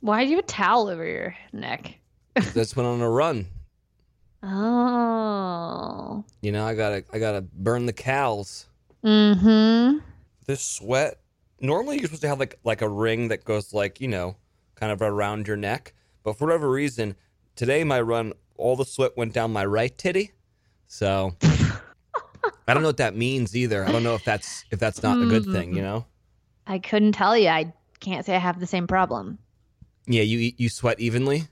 Why do you have a towel over your neck? That's when on a run. Oh. You know, I gotta I gotta burn the cows. Mm-hmm. This sweat. Normally, you're supposed to have like like a ring that goes like you know, kind of around your neck. But for whatever reason, today my run, all the sweat went down my right titty. So I don't know what that means either. I don't know if that's if that's not a good thing. Mm. You know. I couldn't tell you. I can't say I have the same problem. Yeah, you you sweat evenly.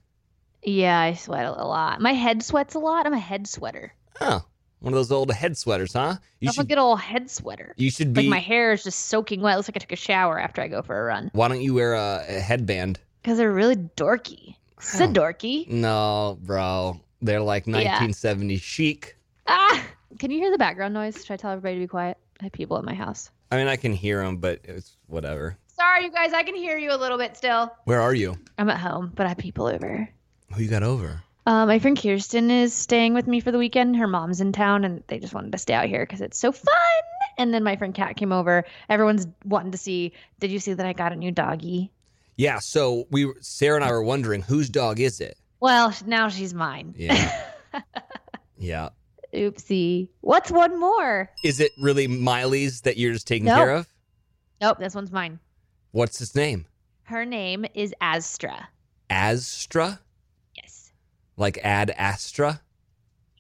Yeah, I sweat a a lot. My head sweats a lot. I'm a head sweater. Huh. One of those old head sweaters, huh? You I'm a should good old head sweater. you should like be. my hair is just soaking wet. It looks like I took a shower after I go for a run. Why don't you wear a, a headband? Because they're really dorky. So Oh. dorky. No, bro. They're like Yeah. 1970s chic. Ah! Can you hear the background noise? Should I tell everybody to be quiet? I have people at my house. I mean, I can hear them, but it's whatever. Sorry, you guys. I can hear you a little bit still. Where are you? I'm at home, but I have people over. Who you got over? Uh, my friend Kirsten is staying with me for the weekend. Her mom's in town, and they just wanted to stay out here because it's so fun. And then my friend Kat came over. Everyone's wanting to see. Did you see that I got a new doggy? Yeah. So we, Sarah and I, were wondering whose dog is it. Well, sh- now she's mine. Yeah. yeah. Oopsie. What's one more? Is it really Miley's that you're just taking No. care of? Nope, this one's mine. What's his name? Her name is Astra. Astra, Yes, like Ad Astra.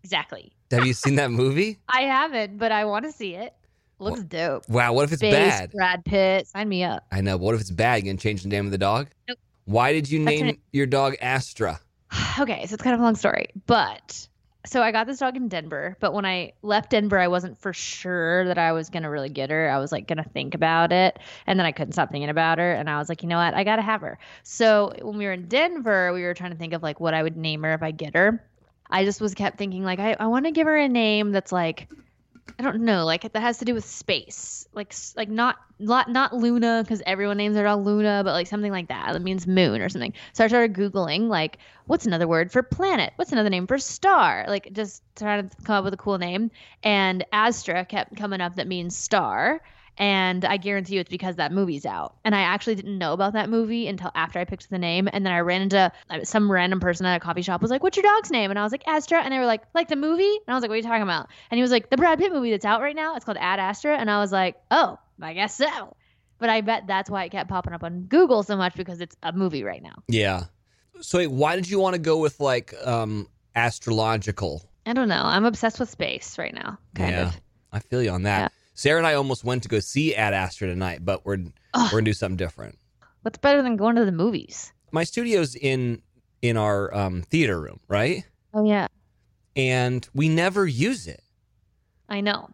exactly. Have you seen that movie? I haven't, but I want to see it. Looks dope. Wow. What if it's Base bad? Brad Pitt. Sign me up. I know. But what if it's bad? You gonna change the name of the dog? Nope. Why did you That's her name your dog Astra? okay, so it's kind of a long story, but so I got this dog in Denver, but when I left Denver, I wasn't for sure that I was gonna really get her. I was like gonna think about it, and then I couldn't stop thinking about her, and I was like, you know what, I gotta have her. So when we were in Denver, we were trying to think of like what I would name her if I get her. I just was kept thinking like I, I want to give her a name that's like I don't know like that has to do with space like s- like not not not Luna because everyone names their dog Luna but like something like that that means moon or something. So I started googling like what's another word for planet? What's another name for star? Like just trying to come up with a cool name. And Astra kept coming up that means star. And I guarantee you it's because that movie's out. And I actually didn't know about that movie until after I picked the name. And then I ran into uh, some random person at a coffee shop was like, What's your dog's name? And I was like, Astra. And they were like, Like the movie? And I was like, What are you talking about? And he was like, The Brad Pitt movie that's out right now. It's called Ad Astra. And I was like, Oh, I guess so. But I bet that's why it kept popping up on Google so much because it's a movie right now. Yeah. So wait, why did you want to go with like um astrological? I don't know. I'm obsessed with space right now, kind yeah. of. I feel you on that. Yeah. Sarah and I almost went to go see Ad Astra tonight, but we're Ugh. we're gonna do something different. What's better than going to the movies? My studio's in in our um, theater room, right? Oh yeah, And we never use it. I know.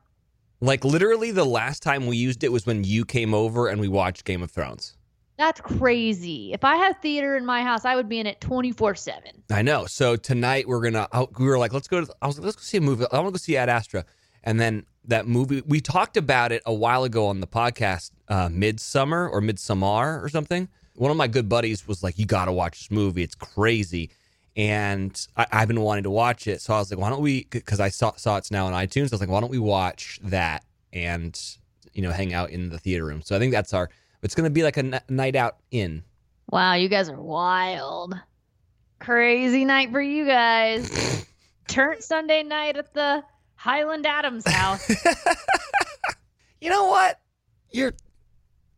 Like literally, the last time we used it was when you came over and we watched Game of Thrones. That's crazy. If I had theater in my house, I would be in it 24/7. I know. So tonight we're gonna. I- We were like, let's go. To, I was like, let's go see a movie. I want to go see Ad Astra. And then that movie we talked about it a while ago on the podcast, uh, Midsummer or Midsommar or something. One of my good buddies was like, you got to watch this movie. It's crazy. And I, I've been wanting to watch it, so I was like, why don't we? Because I saw saw it's now on iTunes. I was like, why don't we watch that and you know hang out in the theater room? So I think that's our. It's gonna be like a n- night out in. Wow, you guys are wild. Crazy night for you guys. Turn Sunday night at the Highland Adams house. you know what? You're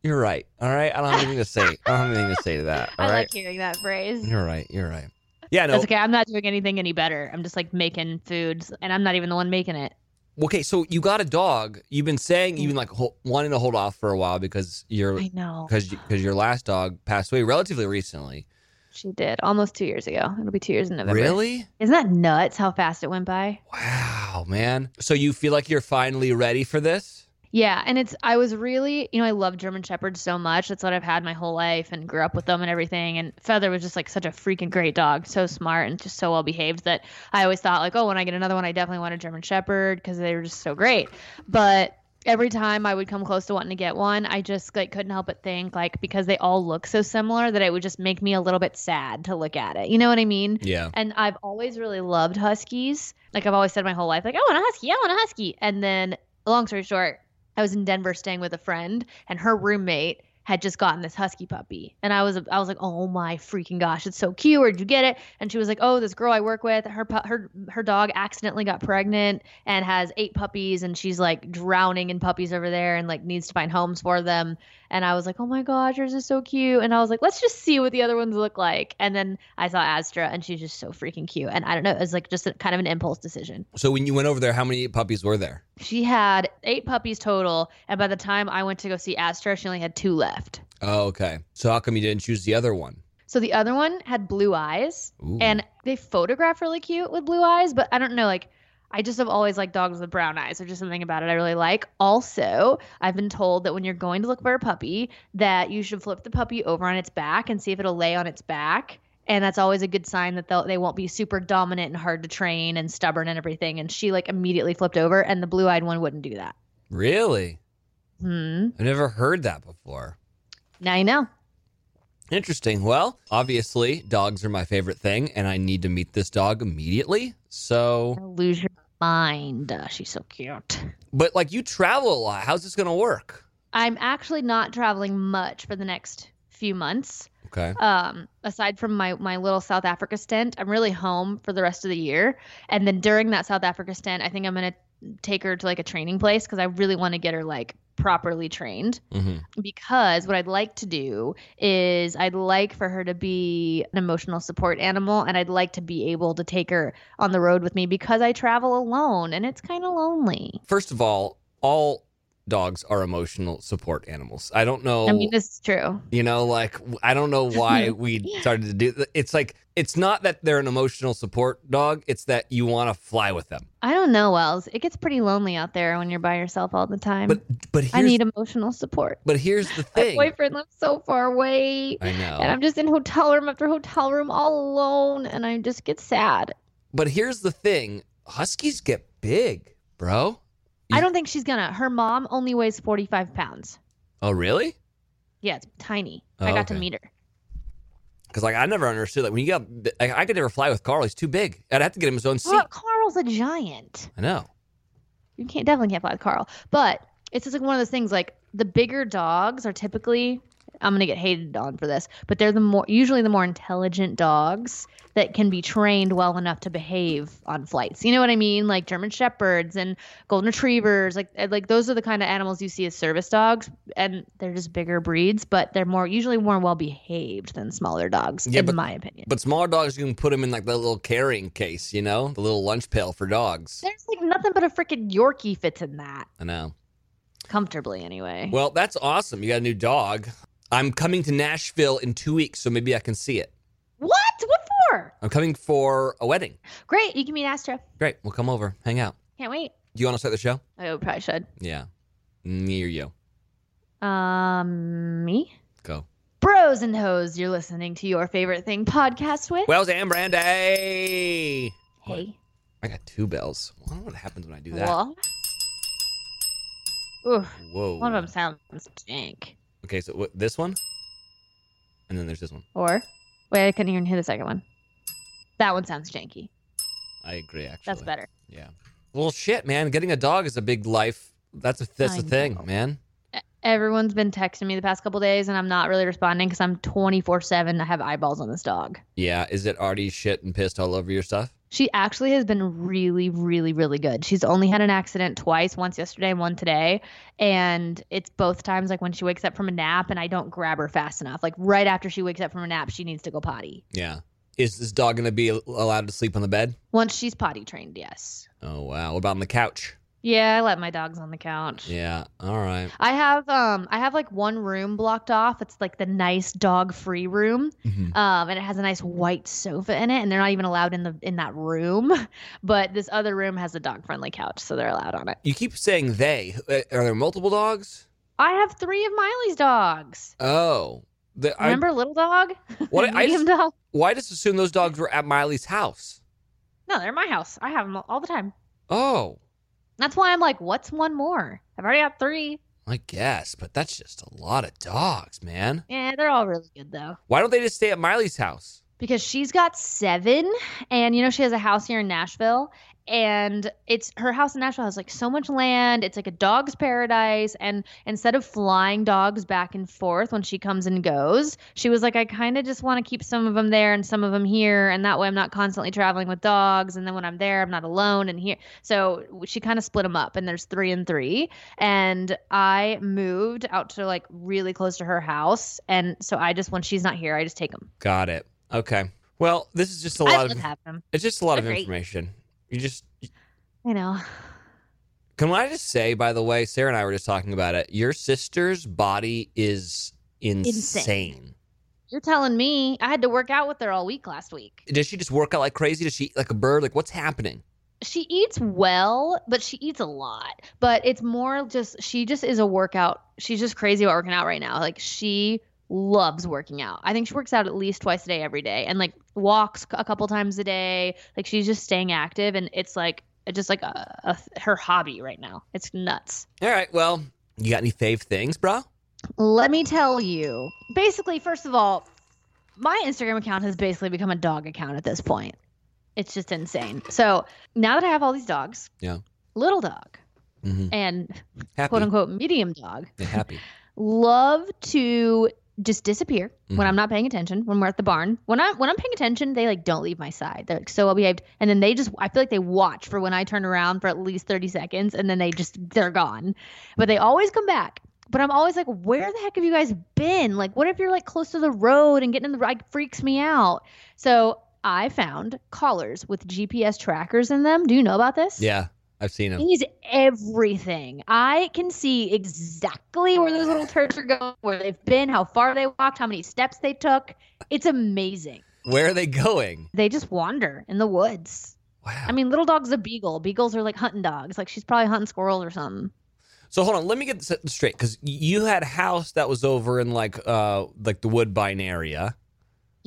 you're right. All right. I don't have anything to say. I don't have anything to say to that. I All right. like hearing that phrase. You're right. You're right. Yeah. No. That's Okay. okay. I'm not doing anything any better. I'm just like making foods, and I'm not even the one making it. So you got a dog. You've been saying you've been like hol- wanting to hold off for a while because you're Mm. I know. because because your last dog passed away relatively recently. She did almost two years ago. It'll be two years in November. Really? Isn't that nuts how fast it went by? Wow, man. So you feel like you're finally ready for this? Yeah, and it's I was really, you know, I love German shepherds so much. That's what I've had my whole life and grew up with them and everything. And Feather was just like such a freaking great dog, so smart and just so well behaved that I always thought like, oh, when I get another one, I definitely want a German shepherd because they were just so great. But every time I would come close to wanting to get one, I just like couldn't help but think like because they all look so similar that it would just make me a little bit sad to look at it. You know what I mean? Yeah. And I've always really loved huskies. Like I've always said my whole life, like I want a husky, I want a husky. And then, long story short, I was in Denver staying with a friend, and her roommate had just gotten this husky puppy, and I was I was like, oh my freaking gosh, it's so cute. Where'd you get it? And she was like, oh, this girl I work with, her pu- her her dog accidentally got pregnant and has eight puppies, and she's like drowning in puppies over there, and like needs to find homes for them. And I was like, oh my gosh, yours is so cute. And I was like, let's just see what the other ones look like. And then I saw Astra, and she's just so freaking cute. And I don't know, it was like just a, kind of an impulse decision. So when you went over there, how many puppies were there? She had eight puppies total, and by the time I went to go see Astra, she only had two left. Oh, okay. So how come you didn't choose the other one? So the other one had blue eyes, Ooh. and they photograph really cute with blue eyes, but I don't know, like. I just have always liked dogs with brown eyes. There's just something about it I really like. Also, I've been told that when you're going to look for a puppy, that you should flip the puppy over on its back and see if it'll lay on its back. And that's always a good sign that they'll, they won't be super dominant and hard to train and stubborn and everything. And she like immediately flipped over, and the blue eyed one wouldn't do that. really? Hmm. I've never heard that before. Now you know. Interesting. Well, obviously, dogs are my favorite thing, and I need to meet this dog immediately. So, Lose your mind. Uh, she's so cute. but like you travel a lot. How's this going to work? I'm actually not traveling much for the next few months. Okay. Um, aside from my my little South Africa stint, I'm really home for the rest of the year. And then during that South Africa stint, I think I'm gonna take her to like a training place because I really want to get her like properly trained. Mm-hmm. because what I'd like to do is I'd like for her to be an emotional support animal and I'd like to be able to take her on the road with me because I travel alone and it's kind of lonely. First of all, all dogs are emotional support animals. I don't know. I mean, this is true. You know, like I don't know why we started to do. It's like it's not that they're an emotional support dog. It's that you want to fly with them. I don't know, Wells. It gets pretty lonely out there when you're by yourself all the time. But but here's Um, I need emotional support. but here's the My thing. boyfriend lives so far away. I And know. I'm just in hotel room after hotel room all alone, and I just get sad. But here's the thing. Huskies get big, bro. You- I don't think she's gonna. Her mom only weighs 45 pounds. Oh really? Yeah, it's tiny. Oh, I got to okay. meet her. Because like I never understood that when you got I, I could never fly with Carl. He's too big. I'd have to get him his own seat. Well, Carl's a giant. I know. You can't definitely can't fly with Carl. But it's just like one of those things. Like the bigger dogs are typically, I'm gonna get hated on for this, but they're the more usually the more intelligent dogs that can be trained well enough to behave on flights. You know what I mean? Like German shepherds and golden retrievers. Like and, like those are the kind of animals you see as service dogs, and they're just bigger breeds, but they're more usually more well behaved than smaller dogs, Yeah, in but- my opinion. But smaller dogs, you can put them in like that little carrying case. You know, the little lunch pail for dogs. There's like nothing but a freaking Yorkie fits in that I know. comfortably anyway. Well, that's awesome. You got a new dog. I'm coming to Nashville in two weeks, so maybe I can see it. What? What for? I'm coming for a wedding. Great. You can meet Astra. Great. We'll come over, hang out. Can't wait. Do you want to start the show? I probably should. Yeah. Near you. Um, me? Go. Bros and hoes, you're listening to your favorite thing podcast with. Wells and Brandy. hey. I got two bells. I wonder what happens when I do that. Hello? Ooh, Whoa. one of them sounds jank. Okay, so what, this one, and then there's this one. Or, wait, I couldn't even hear the second one. That one sounds janky. I agree. Actually, That's better. Yeah. Well, shit, man. Getting a dog is a big life. That's a that's I a thing, know. man. Everyone's been texting me the past couple days, and I'm not really responding because I'm 24 7. I have eyeballs on this dog. Yeah. Is it already shit and pissed all over your stuff? She actually has been really, really, really good. She's only had an accident twice, once yesterday and one today. And it's both times like when she wakes up from a nap and I don't grab her fast enough. Like right after she wakes up from a nap, she needs to go potty. Yeah. Is this dog going to be allowed to sleep on the bed? Once she's potty trained, yes. Oh, wow. What about on the couch? Yeah, I let my dogs on the couch. Yeah. All right. I have um I have like one room blocked off. It's like the nice dog free room. um, and it has a nice white sofa in it, and they're not even allowed in the in that room. But this other room has a dog friendly couch, so they're allowed on it. You keep saying they. Uh, Are there multiple dogs? I have three of Miley's dogs. Oh. The, I, Remember little dog? What I- I Medium dog? why just assume those dogs were at Miley's house? No, they're in my house. I have them all the time. Oh, That's why I'm like, what's one more? I've already got three. I guess. But that's just a lot of dogs, man. Yeah, they're all really good though. Why don't they just stay at Miley's house? because she's got seven and you know she has a house here in nashville and it's her house in nashville has like so much land it's like a dog's paradise and instead of flying dogs back and forth when she comes and goes she was like i kind of just want to keep some of them there and some of them here and that way i'm not constantly traveling with dogs and then when i'm there i'm not alone and here so she kind of split them up and there's three and three and i moved out to like really close to her house and so i just when she's not here i just take them Got it. Okay. Well, this is just a i lot just of have them it's just a lot of Agreed. information. You just you know Can I just say, by the way, Sarah and I were just talking about it. Your sister's body is insane. You're telling me I had to work out with her all week last week. Does she just work out like crazy? Does she eat like a bird? Like what's happening? She eats well, but she eats a lot. But it's more just she just is a workout. She's just crazy about working out right now. Like she loves working out. I think she works out at least twice a day every day and like walks a couple times a day. Like she's just staying active and it's like just like a, a her hobby right now. It's nuts. All right. Well, you got any fave things, bro? Let me tell you. Basically, first of all, my Instagram account has basically become a dog account at this point. It's just insane. So now that I have all these dogs, Yeah. little dog Mm-hmm. and Happy. quote unquote medium dog Yeah, happy. love to just disappear Mhm. when I'm not paying attention. When we're at the barn, when I'm when I'm paying attention, they like don't leave my side. They're like so well behaved, and then they just I feel like they watch for when I turn around for at least thirty seconds, and then they just they're gone. But they always come back. But I'm always like, where the heck have you guys been? Like, what if you're like close to the road and getting in the like freaks me out. So I found collars with GPS trackers in them. Do you know about this? Yeah, I've seen him. He's everything. I can see exactly where those little turds are going, where they've been, how far they walked, how many steps they took. It's amazing. Where are they going? They just wander in the woods. Wow. I mean, little dog's a beagle. Beagles are like hunting dogs. Like she's probably hunting squirrels or something. so hold on, let me get this straight because you had a house that was over in like uh like the Woodbine area.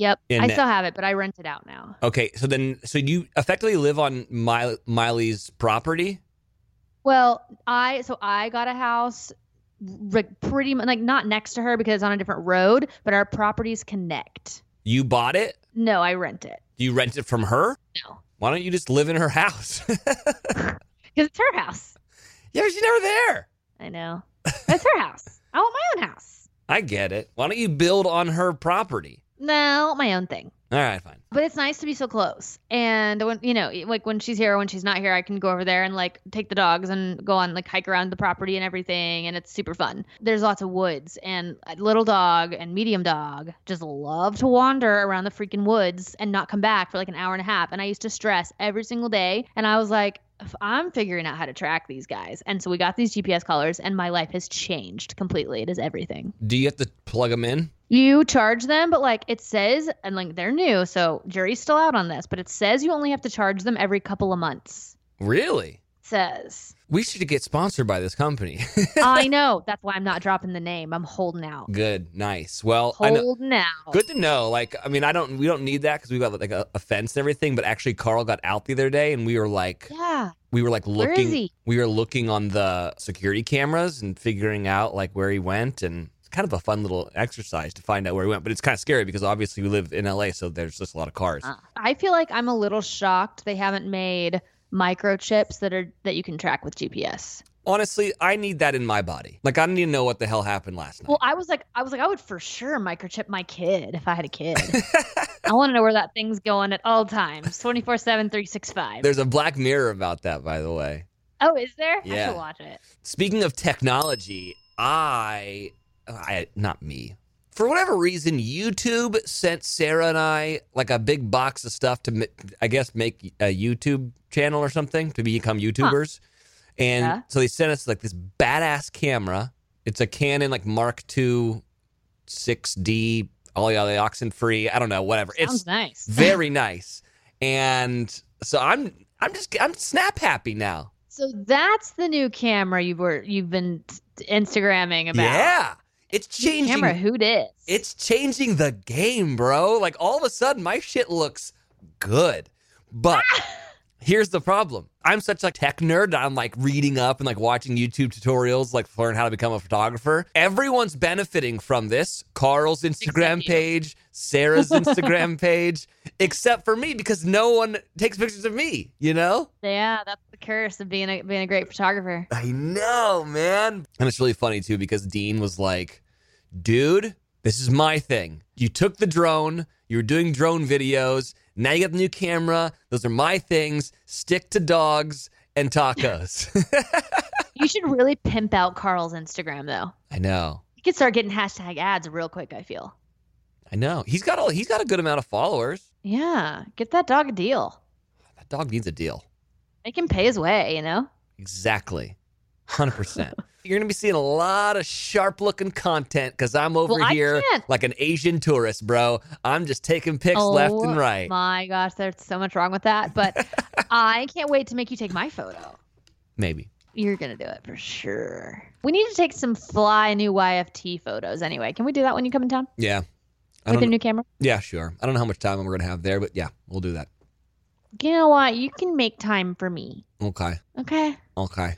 Yep. And I that- still have it, but I rent it out now. Okay, so then so you effectively live on Miley, Miley's property. Well, I so I got a house like pretty much like not next to her because it's on a different road, but our properties connect. You bought it. No, I rent it. You rent it from her? No. Why don't you just live in her house? Because it's her house. yeah, she's never there. I know. That's her house. I want my own house. I get it. Why don't you build on her property? No, I want my own thing. All right, fine. But it's nice to be so close. And when you know, like when she's here or when she's not here, I can go over there and like take the dogs and go on like hike around the property and everything and it's super fun. There's lots of woods and a little dog and medium dog just love to wander around the freaking woods and not come back for like an hour and a half. And I used to stress every single day and I was like "If I'm figuring out how to track these guys. And so we got these GPS collars and my life has changed completely. It is everything. Do you have to plug them in? You charge them, but like it says, and like they're new, so jury's still out on this, but it says you only have to charge them every couple of months. Really? says. We should get sponsored by this company. I know. That's why I'm not dropping the name. I'm holding out. Good, nice. Well, I know. Holding out. Good to know. Like, I mean, I don't. We don't need that because we got like a, a fence and everything. But actually, Carl got out the other day, and we were like, Yeah. we were like Where is looking. he? We were looking on the security cameras and figuring out like where he went, and it's kind of a fun little exercise to find out where he went. But it's kind of scary because obviously we live in LA, so there's just a lot of cars. Uh, I feel like I'm a little shocked they haven't made microchips that are that you can track with GPS. Honestly, I need that in my body. Like, I don't even know what the hell happened last night. Well, I was like I was like I would for sure microchip my kid if I had a kid. I want to know where that thing's going at all times. 24/7 365. There's a Black Mirror about that, by the way. Oh, is there? I Yeah. should watch it. Speaking of technology, I, I not me. For whatever reason, YouTube sent Sarah and I like a big box of stuff to, ma- I guess, make a YouTube channel or something to become YouTubers. And Yeah. so they sent us like this badass camera. It's a Canon like Mark II, 6D, oxygen free. I don't know, whatever. Sounds it's nice. very nice. And so I'm, I'm just, I'm snap happy now. so that's the new camera you were you've been t- Instagramming about. Yeah, it's changing. Camera who did? It's changing the game, bro. Like all of a sudden, my shit looks good. But Here's the problem. I'm such a tech nerd. I'm like reading up and like watching YouTube tutorials, like learn how to become a photographer. Everyone's benefiting from this. Carl's Instagram Except you. page, Sarah's Instagram page, except for me because no one takes pictures of me, you know? Yeah, that's the curse of being a being a great photographer. I know, man. And it's really funny too because Dean was like, dude, this is my thing. You took the drone, you were doing drone videos, now you got the new camera. Those are my things. Stick to dogs and tacos. You should really pimp out Carl's Instagram though. I know. You could start getting hashtag ads real quick, I feel. I know. He's got a he's got a good amount of followers. Yeah. Get that dog a deal. That dog needs a deal. Make him pay his way, you know? Exactly. 100%. You're going to be seeing a lot of sharp looking content because I'm over Well, I here can't. like an Asian tourist, bro. I'm just taking pics left Oh and right. My gosh, there's so much wrong with that. But I can't wait to make you take my photo. Maybe. You're gonna do it for sure. We need to take some fly new YFT photos anyway. Can we do that when you come in town Yeah. I with don't your new camera? Yeah, sure. I don't know how much time we're going to have there, but yeah, we'll do that. You know what? You can make time for me. Okay. Okay. Okay.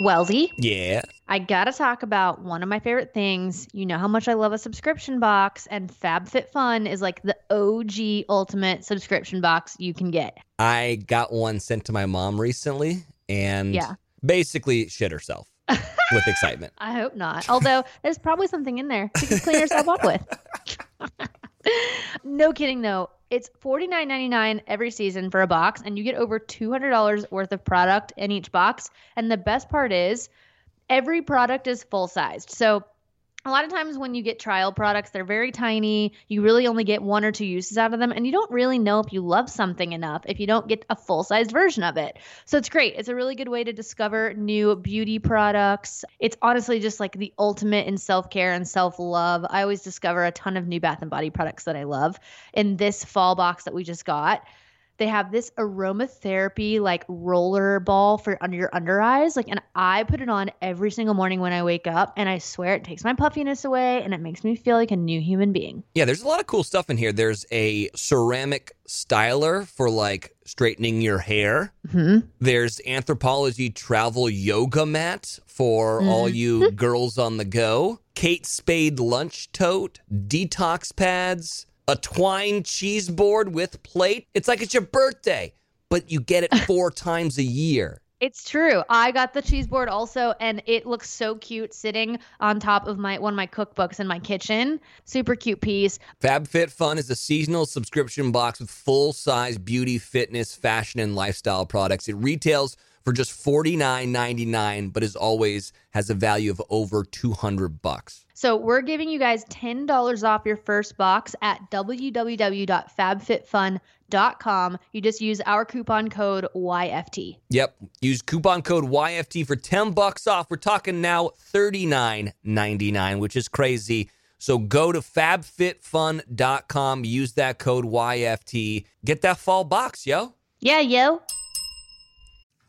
Welzy, Yeah. I gotta talk about one of my favorite things. You know how much I love a subscription box, and FabFitFun is like the OG ultimate subscription box you can get. I got one sent to my mom recently and Yeah. basically shit herself with excitement. I hope not. Although there's probably something in there you can clean yourself up with. no kidding though. It's $49.99 every season for a box, and you get over $200 worth of product in each box. And the best part is, every product is full sized. So a lot of times when you get trial products, they're very tiny. You really only get one or two uses out of them, and you don't really know if you love something enough if you don't get a full sized version of it. So it's great. It's a really good way to discover new beauty products. It's honestly just like the ultimate in self care and self love. I always discover a ton of new bath and body products that I love. In this fall box that we just got, they have this aromatherapy like roller ball for under your under eyes. Like, and I put it on every single morning when I wake up, and I swear it takes my puffiness away and it makes me feel like a new human being. Yeah, there's a lot of cool stuff in here. There's a ceramic styler for like straightening your hair. hmm There's anthropology travel yoga mat for all you girls on the go. Kate Spade lunch tote, detox pads, a twine cheese board with plate. It's like it's your birthday, but you get it four times a year. It's true. I got the cheese board also, and it looks so cute sitting on top of my one of my cookbooks in my kitchen. Super cute piece. FabFitFun is a seasonal subscription box with full size beauty, fitness, fashion, and lifestyle products. It retails for just $49.99, but as always, has a value of over 200 bucks. So we're giving you guys ten dollars off your first box at www.fabfitfun.com. You just use our coupon code YFT. Yep. Use coupon code YFT for 10 bucks off. We're talking now $39.99, which is crazy. So go to fabfitfun.com, use that code YFT, get that fall box, yo. Yeah, yo.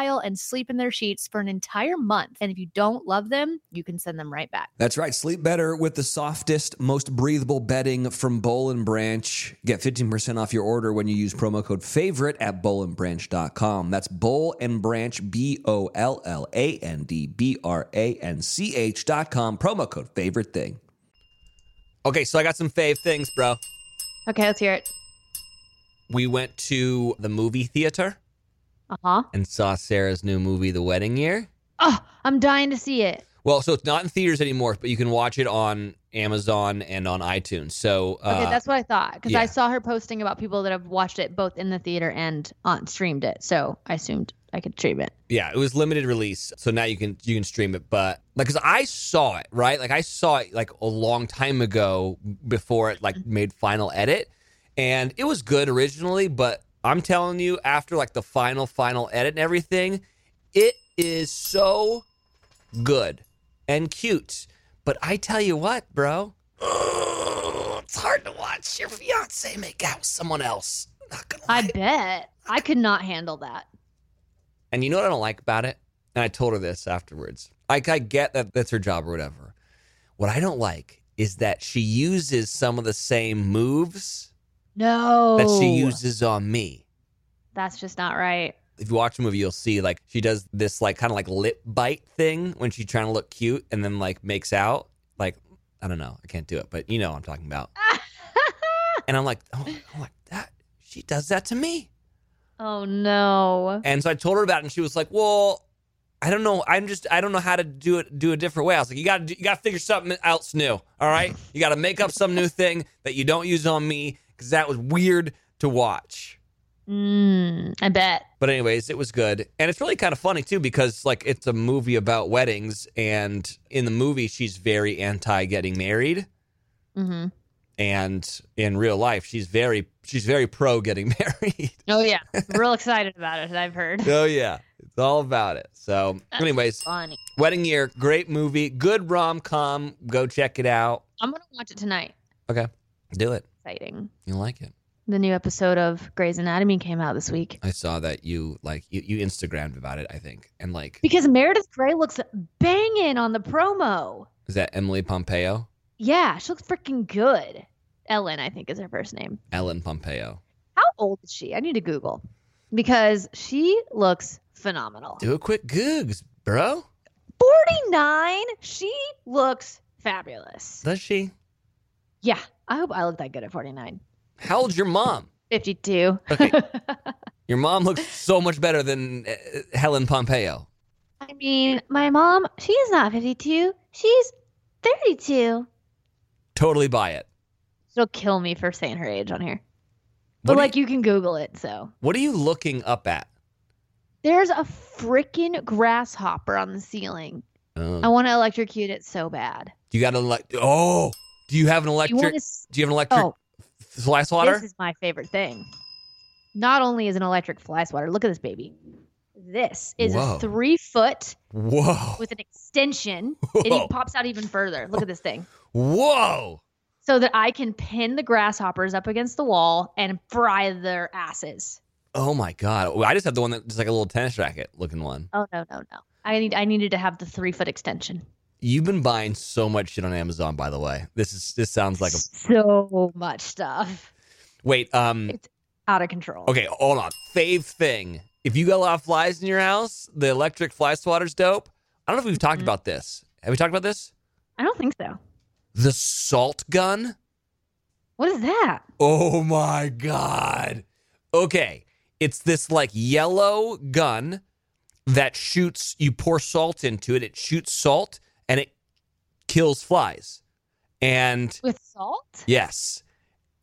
and sleep in their sheets for an entire month. And if you don't love them, you can send them right back. That's right. Sleep better with the softest, most breathable bedding from Bowl and Branch. Get 15% off your order when you use promo code favorite at bowlandbranch.com. That's Bowl and Branch, B O L L A N D B R A N C H dot com. Promo code favorite thing. Okay, so I got some fave things, bro. Okay, let's hear it. We went to the movie theater Uh huh. Uh-huh. and saw Sarah's new movie, The Wedding Year. oh, I'm dying to see it. Well, so it's not in theaters anymore, but you can watch it on Amazon and on iTunes. So uh, Okay, that's what I thought because yeah. I saw her posting about people that have watched it both in the theater and on streamed it. So I assumed I could stream it. yeah, it was limited release, so now you can you can stream it. But like, cause I saw it right, like I saw it like a long time ago before it like made final edit, and it was good originally, but I'm telling you, after like the final final edit and everything, it is so good and cute. But I tell you what, bro, it's hard to watch your fiance make out with someone else. Not gonna I bet I could not handle that. and you know what I don't like about it? And I told her this afterwards. Like, I get that that's her job or whatever. What I don't like is that she uses some of the same moves No, that she uses on me. That's just not right. If you watch the movie, you'll see like she does this like kind of like lip bite thing when she's trying to look cute and then like makes out. Like, I don't know. I can't do it, but you know what I'm talking about. and I'm like, oh, I'm like, that, she does that to me. oh no. And so I told her about it, and she was like, "Well, I don't know. I'm just I don't know how to do it do a different way." I was like, "You got to you got to figure something else new. All right, you got to make up some new thing that you don't use on me because that was weird to watch." Mm, I bet. But anyways, it was good, and it's really kind of funny too because like it's a movie about weddings, and in the movie she's very anti getting married, hmm and in real life she's very she's very pro getting married. Oh yeah, real excited about it. I've heard. oh yeah, it's all about it. So anyways, Funny. Wedding Year, great movie, good rom com. Go check it out. I'm gonna watch it tonight. Do it. Exciting. You like it. The new episode of Grey's Anatomy came out this week. I saw that you like you, you Instagrammed about it, I think. And like Because Meredith Grey looks banging on the promo. is that Emily Pompeo? Yeah, she looks freaking good. Ellen, I think, is her first name. Ellen Pompeo. How old is she? I need to Google because she looks phenomenal. Do a quick googs, bro. 49, she looks fabulous. Does she? Yeah, I hope I look that good at 49. How old's your mom? 52. Okay. Your mom looks so much better than uh, Helen Pompeo. I mean, my mom, she is not 52, she's 32. Totally buy it. She'll kill me for saying her age on here. But What do like you can Google it, so. What are you looking up at? There's a freaking grasshopper on the ceiling. I want to electrocute it so bad. Um, you got an elect? Oh, do you have an You electric? want to? do you have an electric Oh, fly swatter? this is my favorite thing. Not only is an electric fly swatter. Look at this baby. This is Whoa. a three foot Whoa. with an extension. It even Whoa. pops out even further. Look at this thing. Whoa. So that I can pin the grasshoppers up against the wall and fry their asses. Oh my god! Well, I just have the one that's like a little tennis racket looking one. Oh no no no! I need I needed to have the three foot extension. You've been buying so much shit on Amazon, by the way. This is this sounds like a so much stuff wait. Um, out of control. okay, hold on. Fave thing. If you got a lot of flies in your house, the electric fly swatter's dope. I don't know if we've talked Mhm. about this. Have we talked about this? I don't think so. The salt gun. What is that? Oh my god. Okay. It's this like yellow gun that shoots you pour salt into it, it shoots salt and it kills flies. And With salt? yes,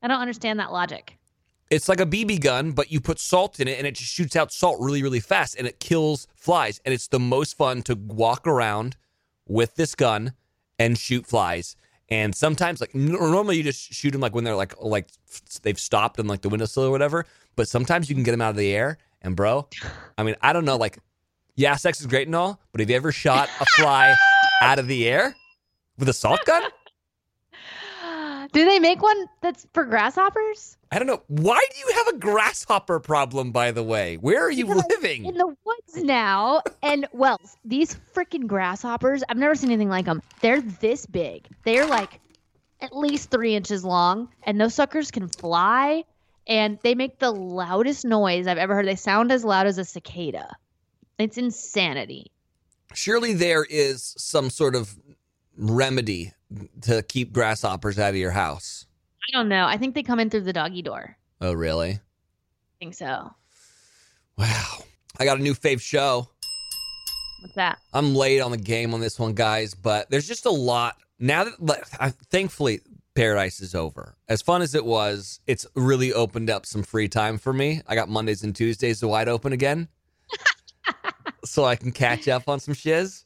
I don't understand that logic. it's like a BB gun, but you put salt in it and it just shoots out salt really really fast and it kills flies and it's the most fun to walk around with this gun and shoot flies. And sometimes, like n- normally, you just shoot them like when they're like like f- they've stopped on like the windowsill or whatever. But sometimes you can get them out of the air. And bro, I mean, I don't know. Like, yeah, sex is great and all, but have you ever shot a fly out of the air with a salt gun? Do they make one that's for grasshoppers? I don't know. Why do you have a grasshopper problem? By the way, where are you Because I- living? In the woods now. And well, these freaking grasshoppers, I've never seen anything like them. They're this big. They're like at least three inches long, and those suckers can fly. And they make the loudest noise I've ever heard. They sound as loud as a cicada. It's insanity. surely there is some sort of remedy to keep grasshoppers out of your house. I don't know. I think they come in through the doggy door. Oh, really? I think so. Wow. I got a new fave show. What's that? I'm late on the game on this one, guys, but there's just a lot now that like, I, thankfully Paradise is over. As fun as it was, it's really opened up some free time for me. I got Mondays and Tuesdays wide open again, so I can catch up on some shiz.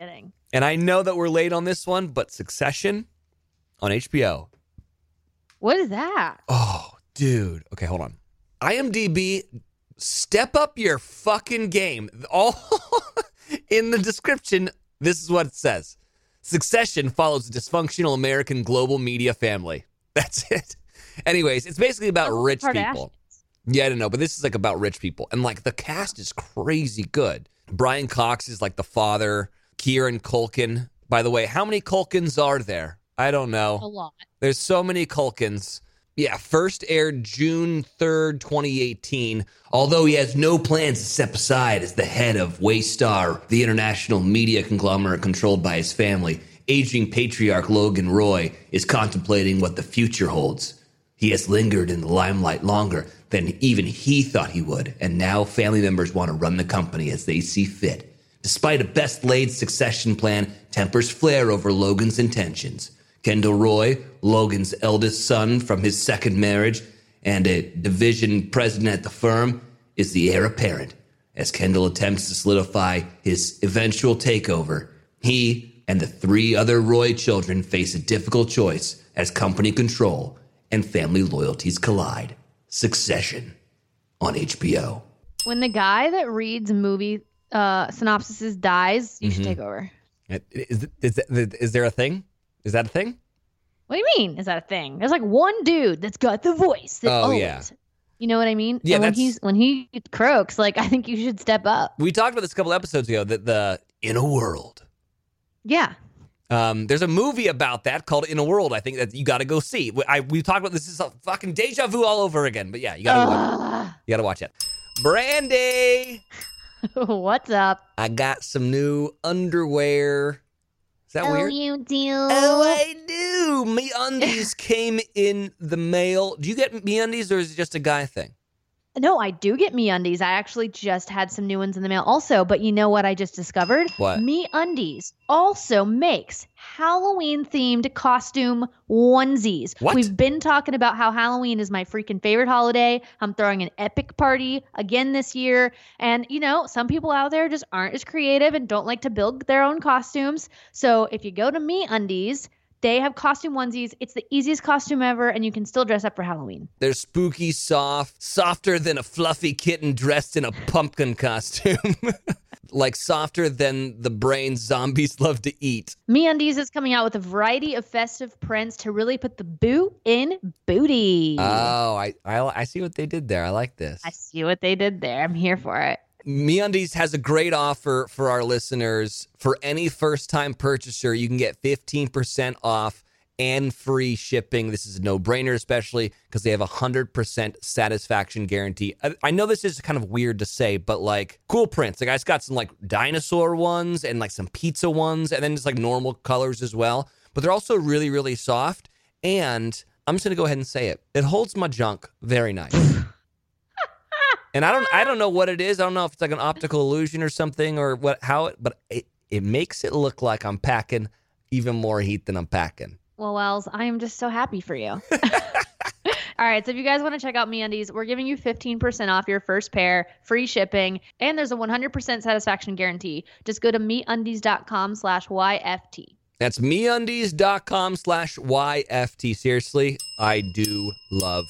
Kidding. And I know that we're late on this one, but Succession on HBO. What is that? Oh, dude. Okay, hold on. IMDb, step up your fucking game. All in the description, this is what it says Succession follows a dysfunctional American global media family. That's it. Anyways, it's basically about Oh, rich Kardashians. people. Yeah, I don't know, but this is like about rich people. And like the cast is crazy good. Brian Cox is like the father, Kieran Culkin. By the way, how many Culkins are there? I don't know. A lot. There's so many Culkins. Yeah, first aired June 3rd, 2018. Although he has no plans to step aside as the head of Waystar, the international media conglomerate controlled by his family, aging patriarch Logan Roy is contemplating what the future holds. He has lingered in the limelight longer than even he thought he would, and now family members want to run the company as they see fit. Despite a best laid succession plan, tempers flare over Logan's intentions. Kendall Roy, Logan's eldest son from his second marriage and a division president at the firm, is the heir apparent. As Kendall attempts to solidify his eventual takeover, he and the three other Roy children face a difficult choice as company control and family loyalties collide. Succession on HBO. When the guy that reads movie uh synopsises dies, you should take over. Uh, Is, is, is there a thing? Is that a thing? What do you mean? Is that a thing? There's like one dude that's got the voice. That Oh, owns yeah. it. You know what I mean? Yeah, And when that's- he's when he croaks, like I think you should step up. We talked about this a couple episodes ago that the in a world Yeah. Um, there's a movie about that called In a World. I think that you got to go see. We- I, we talked about this is a fucking deja vu all over again. But yeah, you got to watch. Ugh. You got to watch it. Brandy, What's up? I got some new underwear. Is that weird? you do. Oh, I do. Me undies came in the mail. Do you get me undies or is it just a guy thing? No, I do get me undies. I actually just had some new ones in the mail also, but you know what I just discovered? What? Me undies also makes Halloween themed costume onesies. What? We've been talking about how Halloween is my freaking favorite holiday. I'm throwing an epic party again this year. And you know, some people out there just aren't as creative and don't like to build their own costumes. So if you go to Me Undies, they have costume onesies. It's the easiest costume ever, and you can still dress up for Halloween. They're spooky, soft, softer than a fluffy kitten dressed in a pumpkin costume. like softer than the brains zombies love to eat. MeUndies is coming out with a variety of festive prints to really put the boo in booty. Oh, I, I I see what they did there. I like this. I see what they did there. I'm here for it. MeUndies has a great offer for our listeners. For any first-time purchaser, you can get 15% off and free shipping. This is a no-brainer, especially because they have a 100% satisfaction guarantee. I, I know this is kind of weird to say, but like cool prints. The guy's got some like dinosaur ones and like some pizza ones and then just like normal colors as well. But they're also really, really soft. And I'm just going to go ahead and say it. It holds my junk very nice. And I don't I don't know what it is. I don't know if it's like an optical illusion or something or what how it but it, it makes it look like I'm packing even more heat than I'm packing. Well, Wells, I am just so happy for you. All right, so if you guys want to check out MeUndies, we're giving you 15% off your first pair, free shipping, and there's a 100% satisfaction guarantee. Just go to MeUndies.com slash YFT. That's meundies.com slash YFT. Seriously, I do love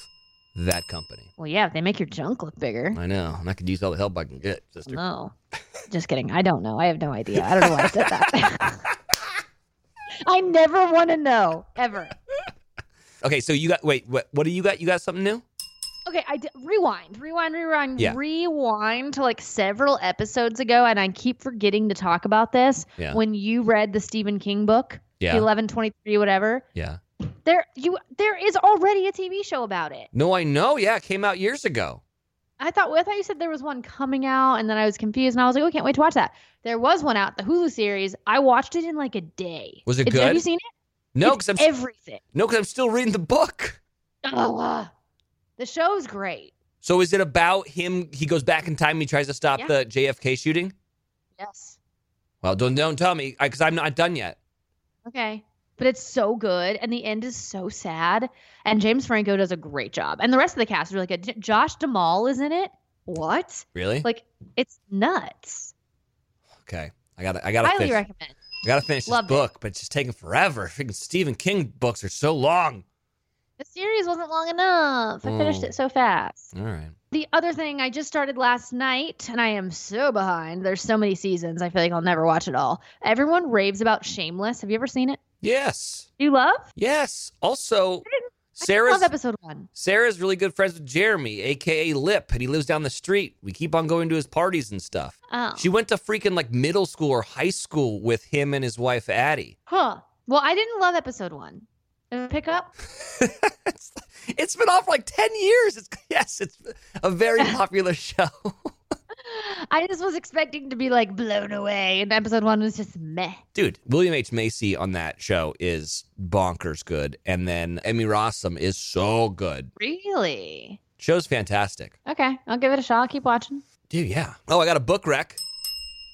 that company. Well, yeah, if they make your junk look bigger. I know. And I could use all the help I can get, sister. No. Just kidding. I don't know. I have no idea. I don't know why I said that. I never want to know ever. Okay, so you got wait, what what do you got? You got something new? Okay, I d- rewind, rewind, rewind, Yeah. rewind to like several episodes ago, and I keep forgetting to talk about this. Yeah. When you read the Stephen King book, the eleven twenty three, whatever, Yeah. there you there is already a TV show about it. No, I know. Yeah, it came out years ago. I thought well, I thought you said there was one coming out, and then I was confused, and I was like, oh, I can't wait to watch that. There was one out, the Hulu series. I watched it in like a day. Was it It's- Have good? you seen it? No, It's because I'm s- everything. no, because I'm still reading the book. Oh, uh, the show's great. So is it about him? He goes back in time. He tries to stop Yeah. the JFK shooting. Yes. Well, don't don't tell me because I'm not done yet. Okay. But it's so good, and the end is so sad. And James Franco does a great job, and the rest of the cast is really good. J- Josh Duhamel is in it. What? Really? Like it's nuts. Okay. I got I got to Highly finish. recommend. I got to finish this Loved it. book, but it's just taking forever. Freaking Stephen King books are so long. The series wasn't long enough. I finished Mm. it so fast. All right. The other thing I just started last night, and I am so behind. There's so many seasons. I feel like I'll never watch it all. Everyone raves about Shameless. Have you ever seen it? Yes. You love? Yes. Also, I Sarah's love episode one. Sarah's really good friends with Jeremy, aka Lip, and he lives down the street. We keep on going to his parties and stuff. Oh. She went to freaking like middle school or high school with him and his wife Addie. Huh. Well, I didn't love episode one. Uh, Pick up. it's, it's been off for like ten years. It's yes, it's a very popular show. I just was expecting to be like blown away, and episode one was just meh. Dude, William H. Macy on that show is bonkers good. And then Emmy Rossum is so good. Really? Show's fantastic. Okay, I'll give it a shot. I'll keep watching. Dude, yeah. Oh, I got a book rec.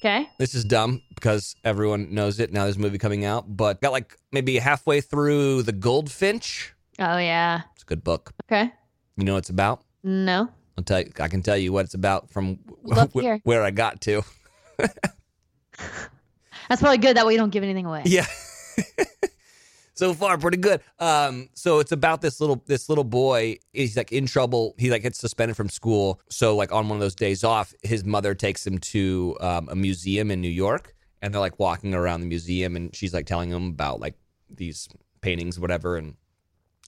Okay. This is dumb because everyone knows it. Now there's a movie coming out, but got like maybe halfway through The Goldfinch. Oh yeah. It's a good book. Okay. You know what it's about? No. I'll tell you, I can tell you what it's about from Love to wh- hear. where I got to. That's probably good. That way you don't give anything away. Yeah. so far, pretty good. Um, so it's about this little this little boy. He's like in trouble. He like gets suspended from school. So like on one of those days off, his mother takes him to um, a museum in New York, and they're like walking around the museum, and she's like telling him about like these paintings, whatever, and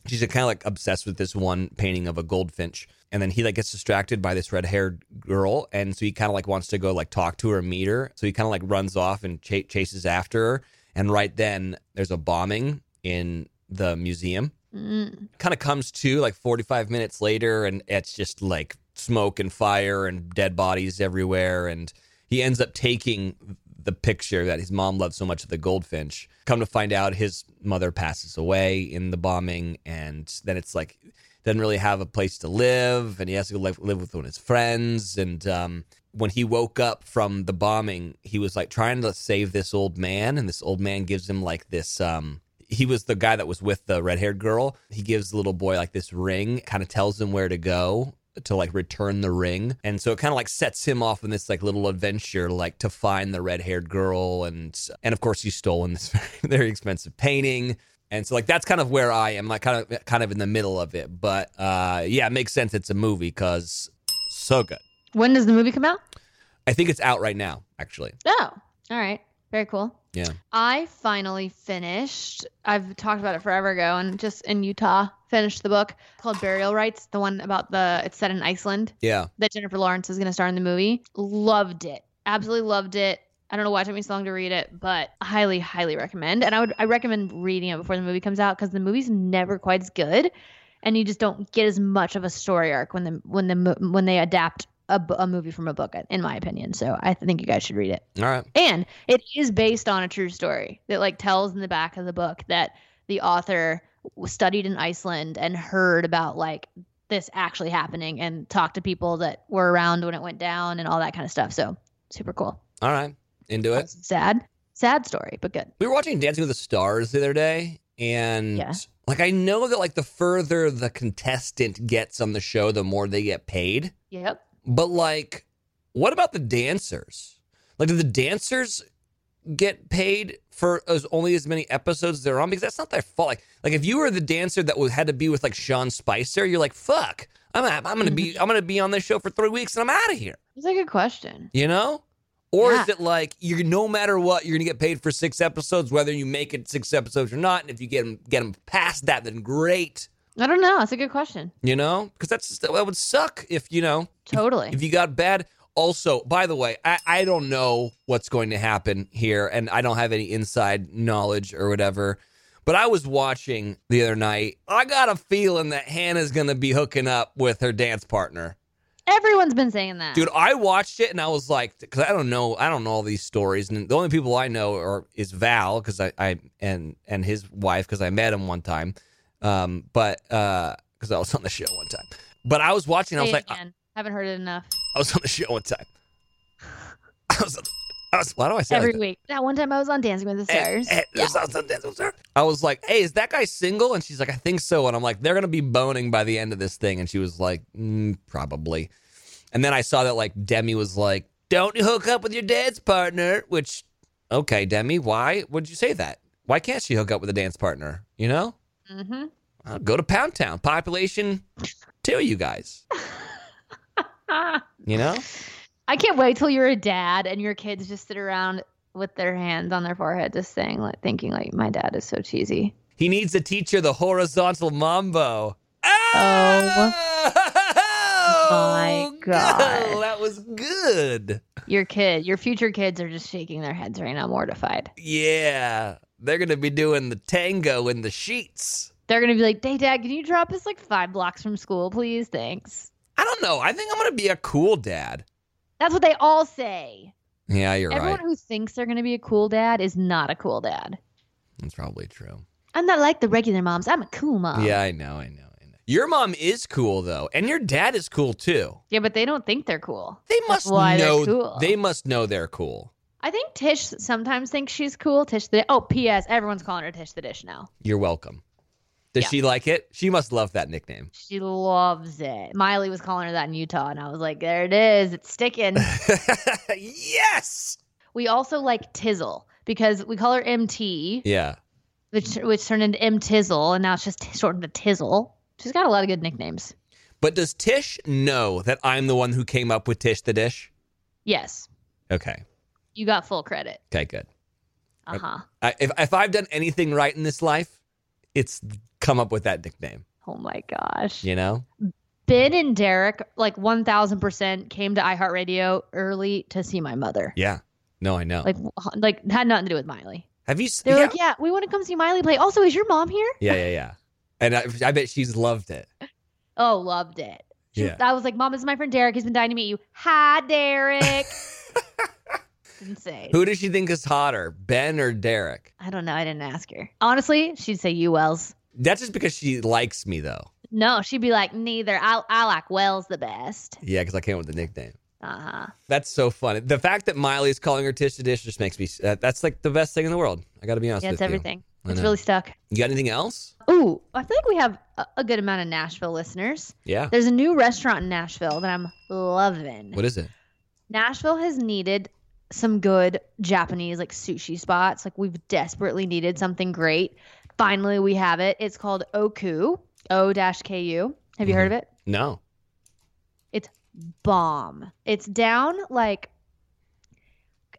she's kind of like obsessed with this one painting of a goldfinch and then he like gets distracted by this red-haired girl and so he kind of like wants to go like talk to her and meet her so he kind of like runs off and cha- chases after her and right then there's a bombing in the museum Mm. kind of comes to like 45 minutes later and it's just like smoke and fire and dead bodies everywhere and he ends up taking the picture that his mom loved so much of the goldfinch come to find out his mother passes away in the bombing and then it's like doesn't really have a place to live and he has to go live, live with one of his friends and um, when he woke up from the bombing he was like trying to save this old man and this old man gives him like this um, he was the guy that was with the red haired girl. He gives the little boy like this ring, kind of tells him where to go to like return the ring. And so it kind of like sets him off on this like little adventure, like to find the red haired girl. And, and of course he's stolen this very expensive painting. And so like, that's kind of where I am like kind of, kind of in the middle of it. But, uh, yeah, it makes sense. It's a movie cause so good. When does the movie come out? I think it's out right now, actually. Oh, all right. Very cool. Yeah. I finally finished. I've talked about it forever ago, and just in Utah, finished the book called Burial Rites, the one about the. It's set in Iceland. Yeah. that Jennifer Lawrence is going to star in the movie. Loved it. Absolutely loved it. I don't know why it took me so long to read it, but highly, highly recommend. And I would I recommend reading it before the movie comes out because the movie's never quite as good, and you just don't get as much of a story arc when the when the mo- when they adapt a, bu- a movie from a book, in my opinion. So I think you guys should read it. All right. And it is based on a true story that like tells in the back of the book that the author w- studied in Iceland and heard about like this actually happening and talked to people that were around when it went down and all that kind of stuff. So super cool. All right. Into it. Sad, sad story, but good. We were watching Dancing with the Stars the other day, and Yeah. like I know that like the further the contestant gets on the show, the more they get paid. Yep. But like, what about the dancers? Like, do the dancers get paid for as only as many episodes they're on? Because that's not their fault. Like, like if you were the dancer that was, had to be with like Sean Spicer, you're like, fuck, I'm I'm gonna be I'm gonna be on this show for three weeks and I'm out of here. It's a good question. You know? Or is Yeah. it like you're no matter what, you're gonna get paid for six episodes, whether you make it six episodes or not, and if you get them get 'em past that, then great. I don't know. It's a good question. You know, because that's just, that would suck if you know Totally. if you got bad. Also, by the way, I, I don't know what's going to happen here, and I don't have any inside knowledge or whatever. But I was watching the other night. I got a feeling that Hannah's gonna be hooking up with her dance partner. Everyone's been saying that. Dude, I watched it and I was like, because I don't know, I don't know all these stories, and the only people I know are is Val because I, I and and his wife because I met him one time, um, but because I was on the show one time. But I was watching, I Say was it like, I, again. haven't heard it enough. I was on the show one time. I was, was, why do I say it like every that? week. That one time I was on Dancing with the Stars. Eh, eh, Yeah. there's also this one, sir. I was like, hey, is that guy single? And she's like, I think so. And I'm like, they're going to be boning by the end of this thing. And she was like, mm, probably. And then I saw that like Demi was like, don't hook up with your dance partner, which, okay, Demi, why would you say that? Why can't she hook up with a dance partner? You know, hmm I'll go to Pound Town, population two, you guys, Ah. you know? I can't wait till you're a dad and your kids just sit around with their hands on their forehead, just saying, like, thinking, like, my dad is so cheesy. He needs to teach her the horizontal mambo. Oh my Oh God. that was good. Your kid, your future kids are just shaking their heads right now, mortified. Yeah, they're gonna be doing the tango in the sheets. They're gonna be like, "Hey, Dad, can you drop us like five blocks from school, please? Thanks." I don't know. I think I'm gonna be a cool dad. That's what they all say. Yeah, you're Everyone right. who thinks they're gonna be a cool dad is not a cool dad. That's probably true. I'm not like the regular moms. I'm a cool mom. Yeah, I know. I know. I know. Your mom is cool though, and your dad is cool too. Yeah, but they don't think they're cool. They That's must why they're know. cool. They must know they're cool. I think Tish sometimes thinks she's cool. Tish the oh, P.S. Everyone's calling her Tish the Dish now. You're welcome. Does Yeah. she like it? She must love that nickname. She loves it. Miley was calling her that in Utah, and I was like, "There it is. It's sticking." yes. we also like Tizzle because we call her M.T. Yeah. which which turned into M Tizzle, and now it's just t- shortened to Tizzle. She's got a lot of good nicknames. But does Tish know that I'm the one who came up with Tish the Dish? Yes, Okay. you got full credit. Okay, good. Uh huh. I, if, if I've done anything right in this life, it's come up with that nickname, Oh my gosh. you know? Ben and Derek, like one thousand percent, came to iHeartRadio early to see my mother. Yeah. No, I know. Like, like had nothing to do with Miley. Have you? s- They were yeah. like, "Yeah, we want to come see Miley play." Also, is your mom here? yeah, yeah, yeah. And I, I bet she's loved it. Oh, loved it. She- Yeah. I was like, "Mom, this is my friend Derek. He's been dying to meet you." Hi, Derek. Insane. Who does she think is hotter, Ben or Derek? I don't know. I didn't ask her. Honestly, she'd say you Wells. That's just because she likes me, though. No, she'd be like, neither. I, I like Wells the best. Yeah, because I came up with the nickname. Uh huh. That's so funny. The fact that Miley's calling her Tish the Dish just makes me. That, that's like the best thing in the world. I got to be honest Yeah, with it's you. everything. I It's know. really stuck. You got anything else? Ooh, I feel like we have a, a good amount of Nashville listeners. Yeah. There's a new restaurant in Nashville that I'm loving. What is it? Nashville has needed some good Japanese like sushi spots. Like we've desperately needed something great. Finally, we have it. It's called Oku. O dash K U. Have you heard of it? No. bomb. It's down like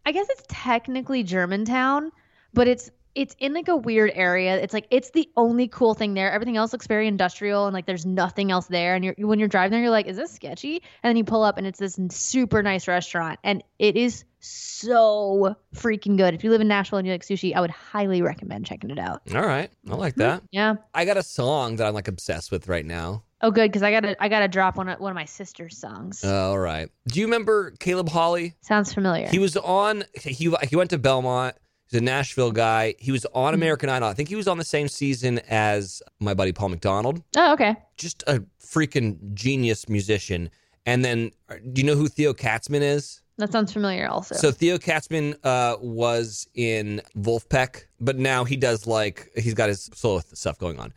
I guess it's technically Germantown, but it's it's in like a weird area. It's like it's the only cool thing there. Everything else looks very industrial and like there's nothing else there. And you're when you're driving there, you're like, is this sketchy? And then you pull up and it's this super nice restaurant and it is so freaking good. If you live in Nashville and you like sushi, I would highly recommend checking it out. All right. I like that. Yeah. I got a song that I'm like obsessed with right now. Oh, good because I gotta I gotta drop one of, one of my sister's songs. Uh, All right. Do you remember Caleb Hawley? Sounds familiar. He was on. He he went to Belmont. He's a Nashville guy. He was on American Idol. I think he was on the same season as my buddy Paul McDonald. oh, okay. Just a freaking genius musician. And then, uh, do you know who Theo Katzman is? That sounds familiar also. So Theo Katzman uh, was in Wolfpack, but now he does like he's got his solo th- stuff going on.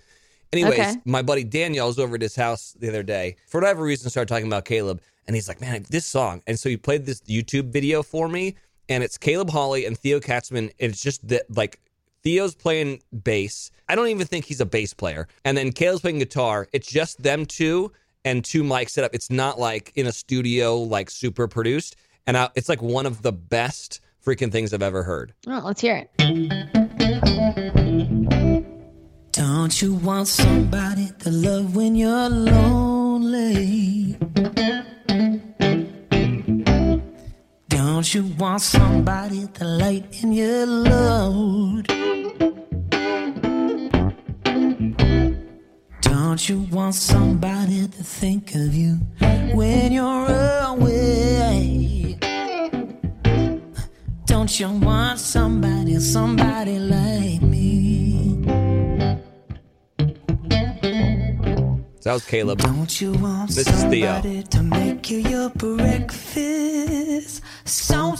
Anyways, Okay. my buddy Daniel was over at his house the other day for whatever reason. Started talking about Caleb, and he's like, "Man, this song!" And so he played this YouTube video for me, and it's Caleb Hawley and Theo Katzman. And it's just that like Theo's playing bass. I don't even think he's a bass player. And then Caleb's playing guitar. It's just them two and two mic setup. It's not like in a studio, like super produced. And I, it's like one of the best freaking things I've ever heard. oh, let's hear it. Don't you want somebody to love when you're lonely? Don't you want somebody to lighten your load? Don't you want somebody to think of you when you're away? Don't you want somebody, somebody like me? So that was Caleb. Don't you want This is Theo. somebody to make you your breakfast? Sounds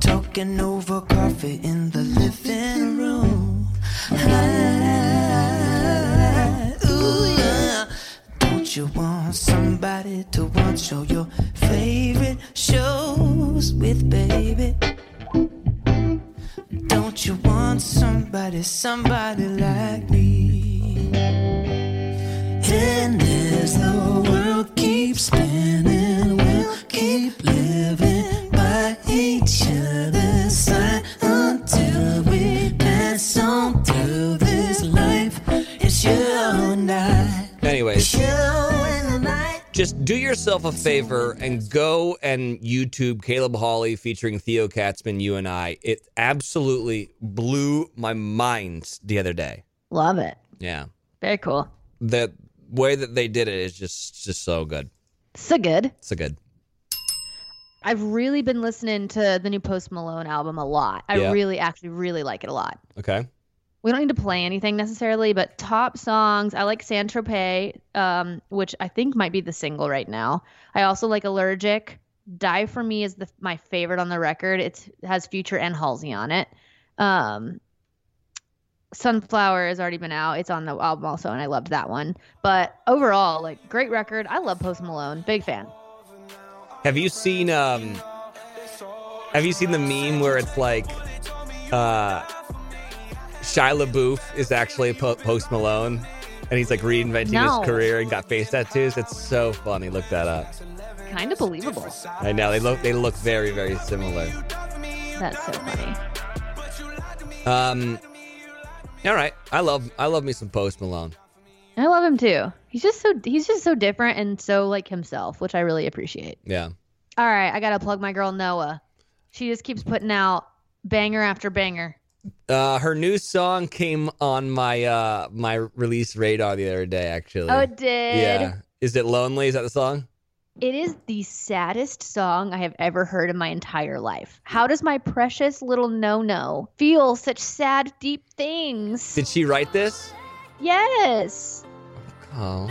Talking over coffee in the living room. Ah, ooh, yeah. Don't you want somebody to watch all your favorite shows with, baby? Don't you want somebody, somebody like me? And as the world keeps spinning, we'll keep living by each other's side until we pass on through this life. It's you and I, Anyways, you and I. just do yourself a favor and go and YouTube Caleb Hawley featuring Theo Katzman, you and I. It absolutely blew my mind the other day. Love it. Yeah. Very cool. The way that they did it is just just so good. So good. So good. I've really been listening to the new Post Malone album a lot. I Yeah. really, actually, really like it a lot. Okay. We don't need to play anything necessarily, but top songs. I like San Tropez, um, which I think might be the single right now. I also like Allergic. Die for Me is the my favorite on the record. It's, it has Future and Halsey on it. Um, Sunflower has already been out. It's on the album also, and I loved that one. But overall, like great record. I love Post Malone. Big fan. Have you seen um have you seen the meme where it's like uh Shia LaBeouf is actually po- Post Malone and he's like reinventing No. his career and got face tattoos? It's so funny. Look that up. Kind of believable. I know they look they look very very similar. That's so funny. Um, all right, I love I love me some Post Malone. I love him too. He's just so he's just so different and so like himself, which I really appreciate. Yeah, All right, I gotta plug my girl Noah. She just keeps putting out banger after banger. uh, her new song came on my uh my release radar the other day. Actually, Oh, it did. yeah. Is it lonely? Is that the song? It is the saddest song I have ever heard in my entire life. How does my precious little no no feel such sad, deep things? Did she write this? yes, Oh,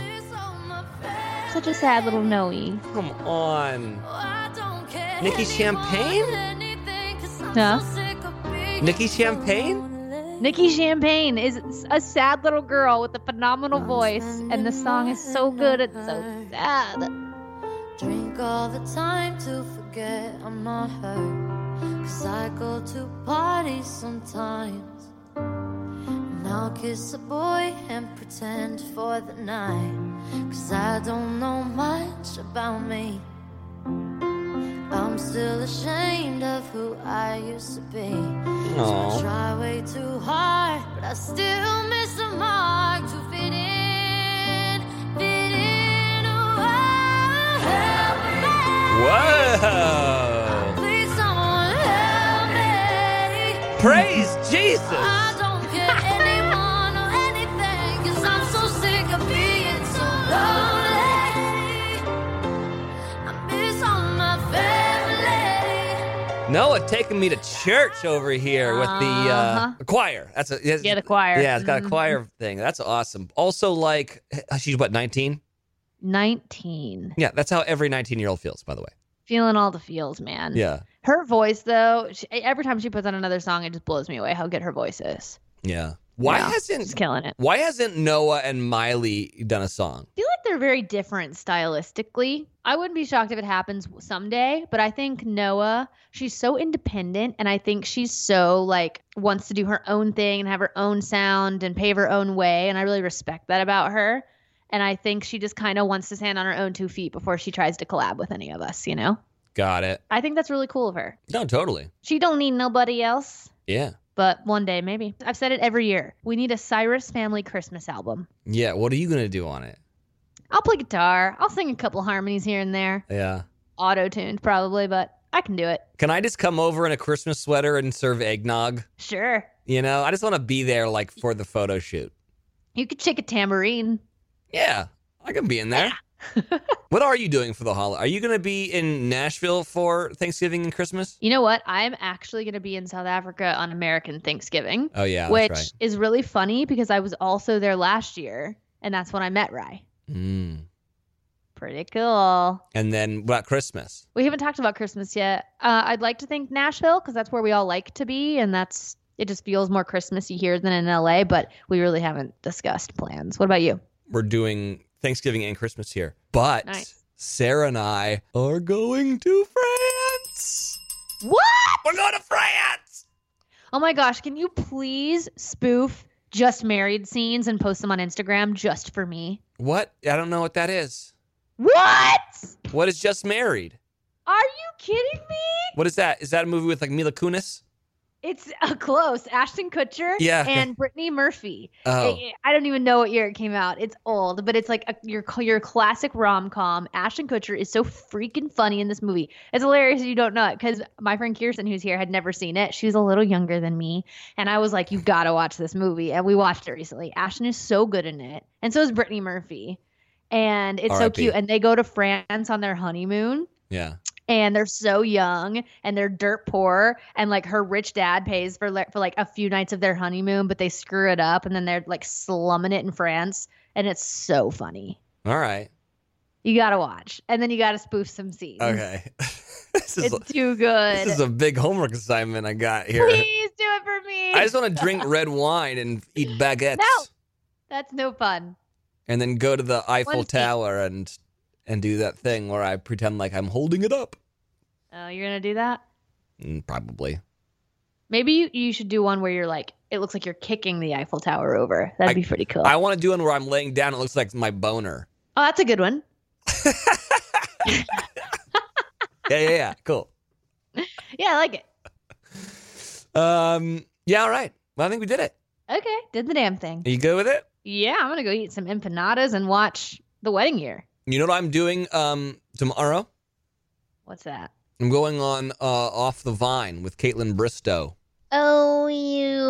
such a sad little Noe. come on. Nikki Champagne? Huh? Nikki Champagne? Nikki Champagne is a sad little girl with a phenomenal voice, and the song is so good. It's so sad. Drink all the time to forget I'm not hurt. Cause I go to parties sometimes. And I'll kiss a boy and pretend for the night. Cause I don't know much about me. I'm still ashamed of who I used to be. So I Aw. try way too hard, but I still miss the mark to fit in. Fit in. Oh, help me. Whoa! Please someone help me. Praise Jesus! I don't care anymore or anything, cause I'm so sick of being so lonely. I miss all my family. Noah taking me to church over here with the uh, Uh-huh. choir. That's a yes- Yeah, the choir. Yeah, it's got a Mhm. choir thing. That's awesome. Also, like uh, she's what nineteen? 19. Yeah, that's how every nineteen-year-old feels. By the way. Feeling all the feels, man. Yeah, Her voice, though, she, e, every time she puts on another song, it just blows me away how good her voice is. yeah. Why Yeah. She's hasn't killing it. Why hasn't Noah and Miley done a I song? feel like they're very different stylistically. I wouldn't be shocked if it happens someday, but I think Noah, she's so independent and I think she's so like wants to do her own thing and have her own sound and pave her own way and I really respect that about her. And I think she just kind of wants to stand on her own two feet before she tries to collab with any of us, you know? Got it. I think that's really cool of her. No, totally. She don't need nobody else, Yeah, but one day maybe. I've said it every year. We need a Cyrus family Christmas album. yeah. What are you gonna do on it? I'll play guitar. I'll sing a couple harmonies here and there. Yeah. auto tuned probably, but I can do it. Can I just come over in a Christmas sweater and serve eggnog? Sure. You know, I just want to be there like for the photo shoot. You could shake a tambourine. Yeah, I can be in there. what are you doing for the holiday? Are you going to be in Nashville for Thanksgiving and Christmas? You know what? I'm actually going to be in South Africa on American Thanksgiving, Oh yeah, which that's is really funny because I was also there last year and that's when I met Rye. right. Mm. Pretty cool. And then what about Christmas? We haven't talked about Christmas yet. Uh, I'd like to think Nashville because that's where we all like to be, and that's it. Just feels more Christmassy here than in LA. But we really haven't discussed plans. What about you? We're doing Thanksgiving and Christmas here. But Nice. Sarah and I are going to France. What? We're going to France. Oh my gosh! Can you please spoof just married scenes and post them on Instagram just for me? What? I don't know what that is. What? What is Just Married? Are you kidding me? What is that? Is that a movie with like Mila Kunis? It's uh, close. Ashton Kutcher Yeah. and Brittany Murphy. Oh, I, I don't even know what year it came out. It's old, but it's like a, your your classic rom com. Ashton Kutcher is so freaking funny in this movie. It's hilarious that you don't know it because my friend Kirsten, who's here, had never seen it. She was a little younger than me, and I was like, "You gotta watch this movie." And we watched it recently. Ashton is so good in it, and so is Brittany Murphy, and it's so R.I.P.. cute. And they go to France on their honeymoon yeah. and they're so young and they're dirt poor and like her rich dad pays for like for like a few nights of their honeymoon but they screw it up and then they're like slumming it in France and it's so funny. All right. You got to watch. And then you got to spoof some scenes. Okay. this is It's too good. this is a big homework assignment I got here. Please do it for me. I just want to drink red wine and eat baguettes, No. That's no fun. and then go to the Eiffel One thing. Tower and and do that thing where I pretend like I'm holding it up. Oh, you're going to do that? Mm, Probably. Maybe you, you should do one where you're like it looks like you're kicking the Eiffel Tower over. That'd I- be pretty cool. I want to do one where I'm laying down. It looks like my boner. oh, that's a good one. Yeah, yeah, yeah. cool. Yeah, I like it. Um. Yeah. All right. Well, I think we did it. Okay, did the damn thing. Are you good with it? Yeah, I'm gonna go eat some empanadas and watch The Wedding Year. You know what I'm doing um tomorrow? What's that? I'm going on uh off the vine with Caitlin Bristow. Oh, you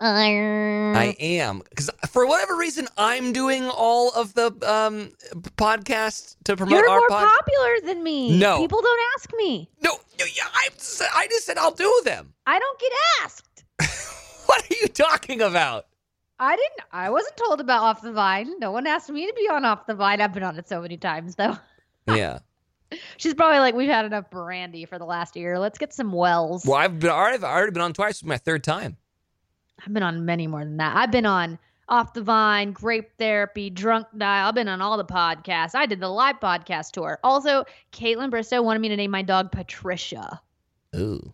are. I am because for whatever reason I'm doing all of the um podcast to promote You're our more podcast. popular than me. No. people don't ask me. no, you, you, I, s- I just said I'll do them. I don't get asked. What are you talking about? I didn't. I wasn't told about Off the Vine. No one asked me to be on Off the Vine. I've been on it so many times though. Yeah. She's probably like, we've had enough brandy for the last year. Let's get some Wells. Well, I've been I've already been on twice. This is my third time. I've been on many more than that. I've been on Off the Vine, Grape Therapy, Drunk Dial. I've been on all the podcasts. I did the live podcast tour. Also, Caitlin Bristow wanted me to name my dog Patricia. Ooh.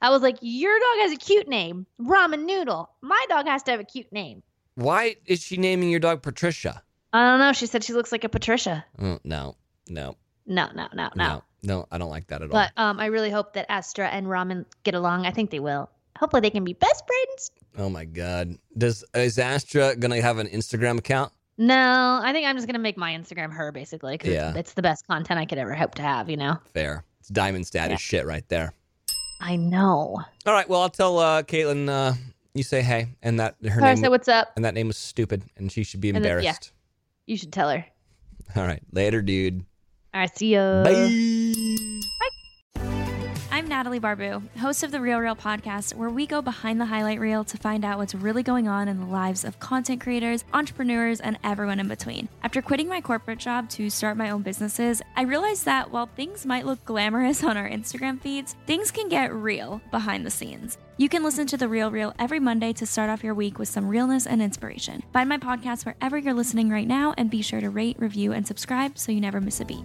I was like, Your dog has a cute name, Ramen Noodle. My dog has to have a cute name. Why is she naming your dog Patricia? I don't know. She said she looks like a Patricia. Mm, no, no, No, no, no, no. no, no. I don't like that at all. But um, I really hope that Astra and Ramen get along. I think they will. Hopefully, they can be best friends. Oh my god. Does is Astra gonna have an Instagram account? No, I think I'm just going to make my Instagram her, basically, because Yeah. it's the best content I could ever hope to have, you know? Fair. It's diamond status Yeah. shit right there. I know. All right. Well, I'll tell uh, Caitlin. Uh, you say hey, and that her Sorry, name so what's up? and that name was stupid, and she should be And then- yeah. embarrassed. You should tell her. All right. Later, dude. All right, see ya. Bye. I'm Natalie Barbu, host of the Real Real podcast, where we go behind the highlight reel to find out what's really going on in the lives of content creators, entrepreneurs, and everyone in between. After quitting my corporate job to start my own businesses, I realized that while things might look glamorous on our Instagram feeds, things can get real behind the scenes. You can listen to The Real Real every Monday to start off your week with some realness and inspiration. Find my podcast wherever you're listening right now and be sure to rate, review, and subscribe so you never miss a beat.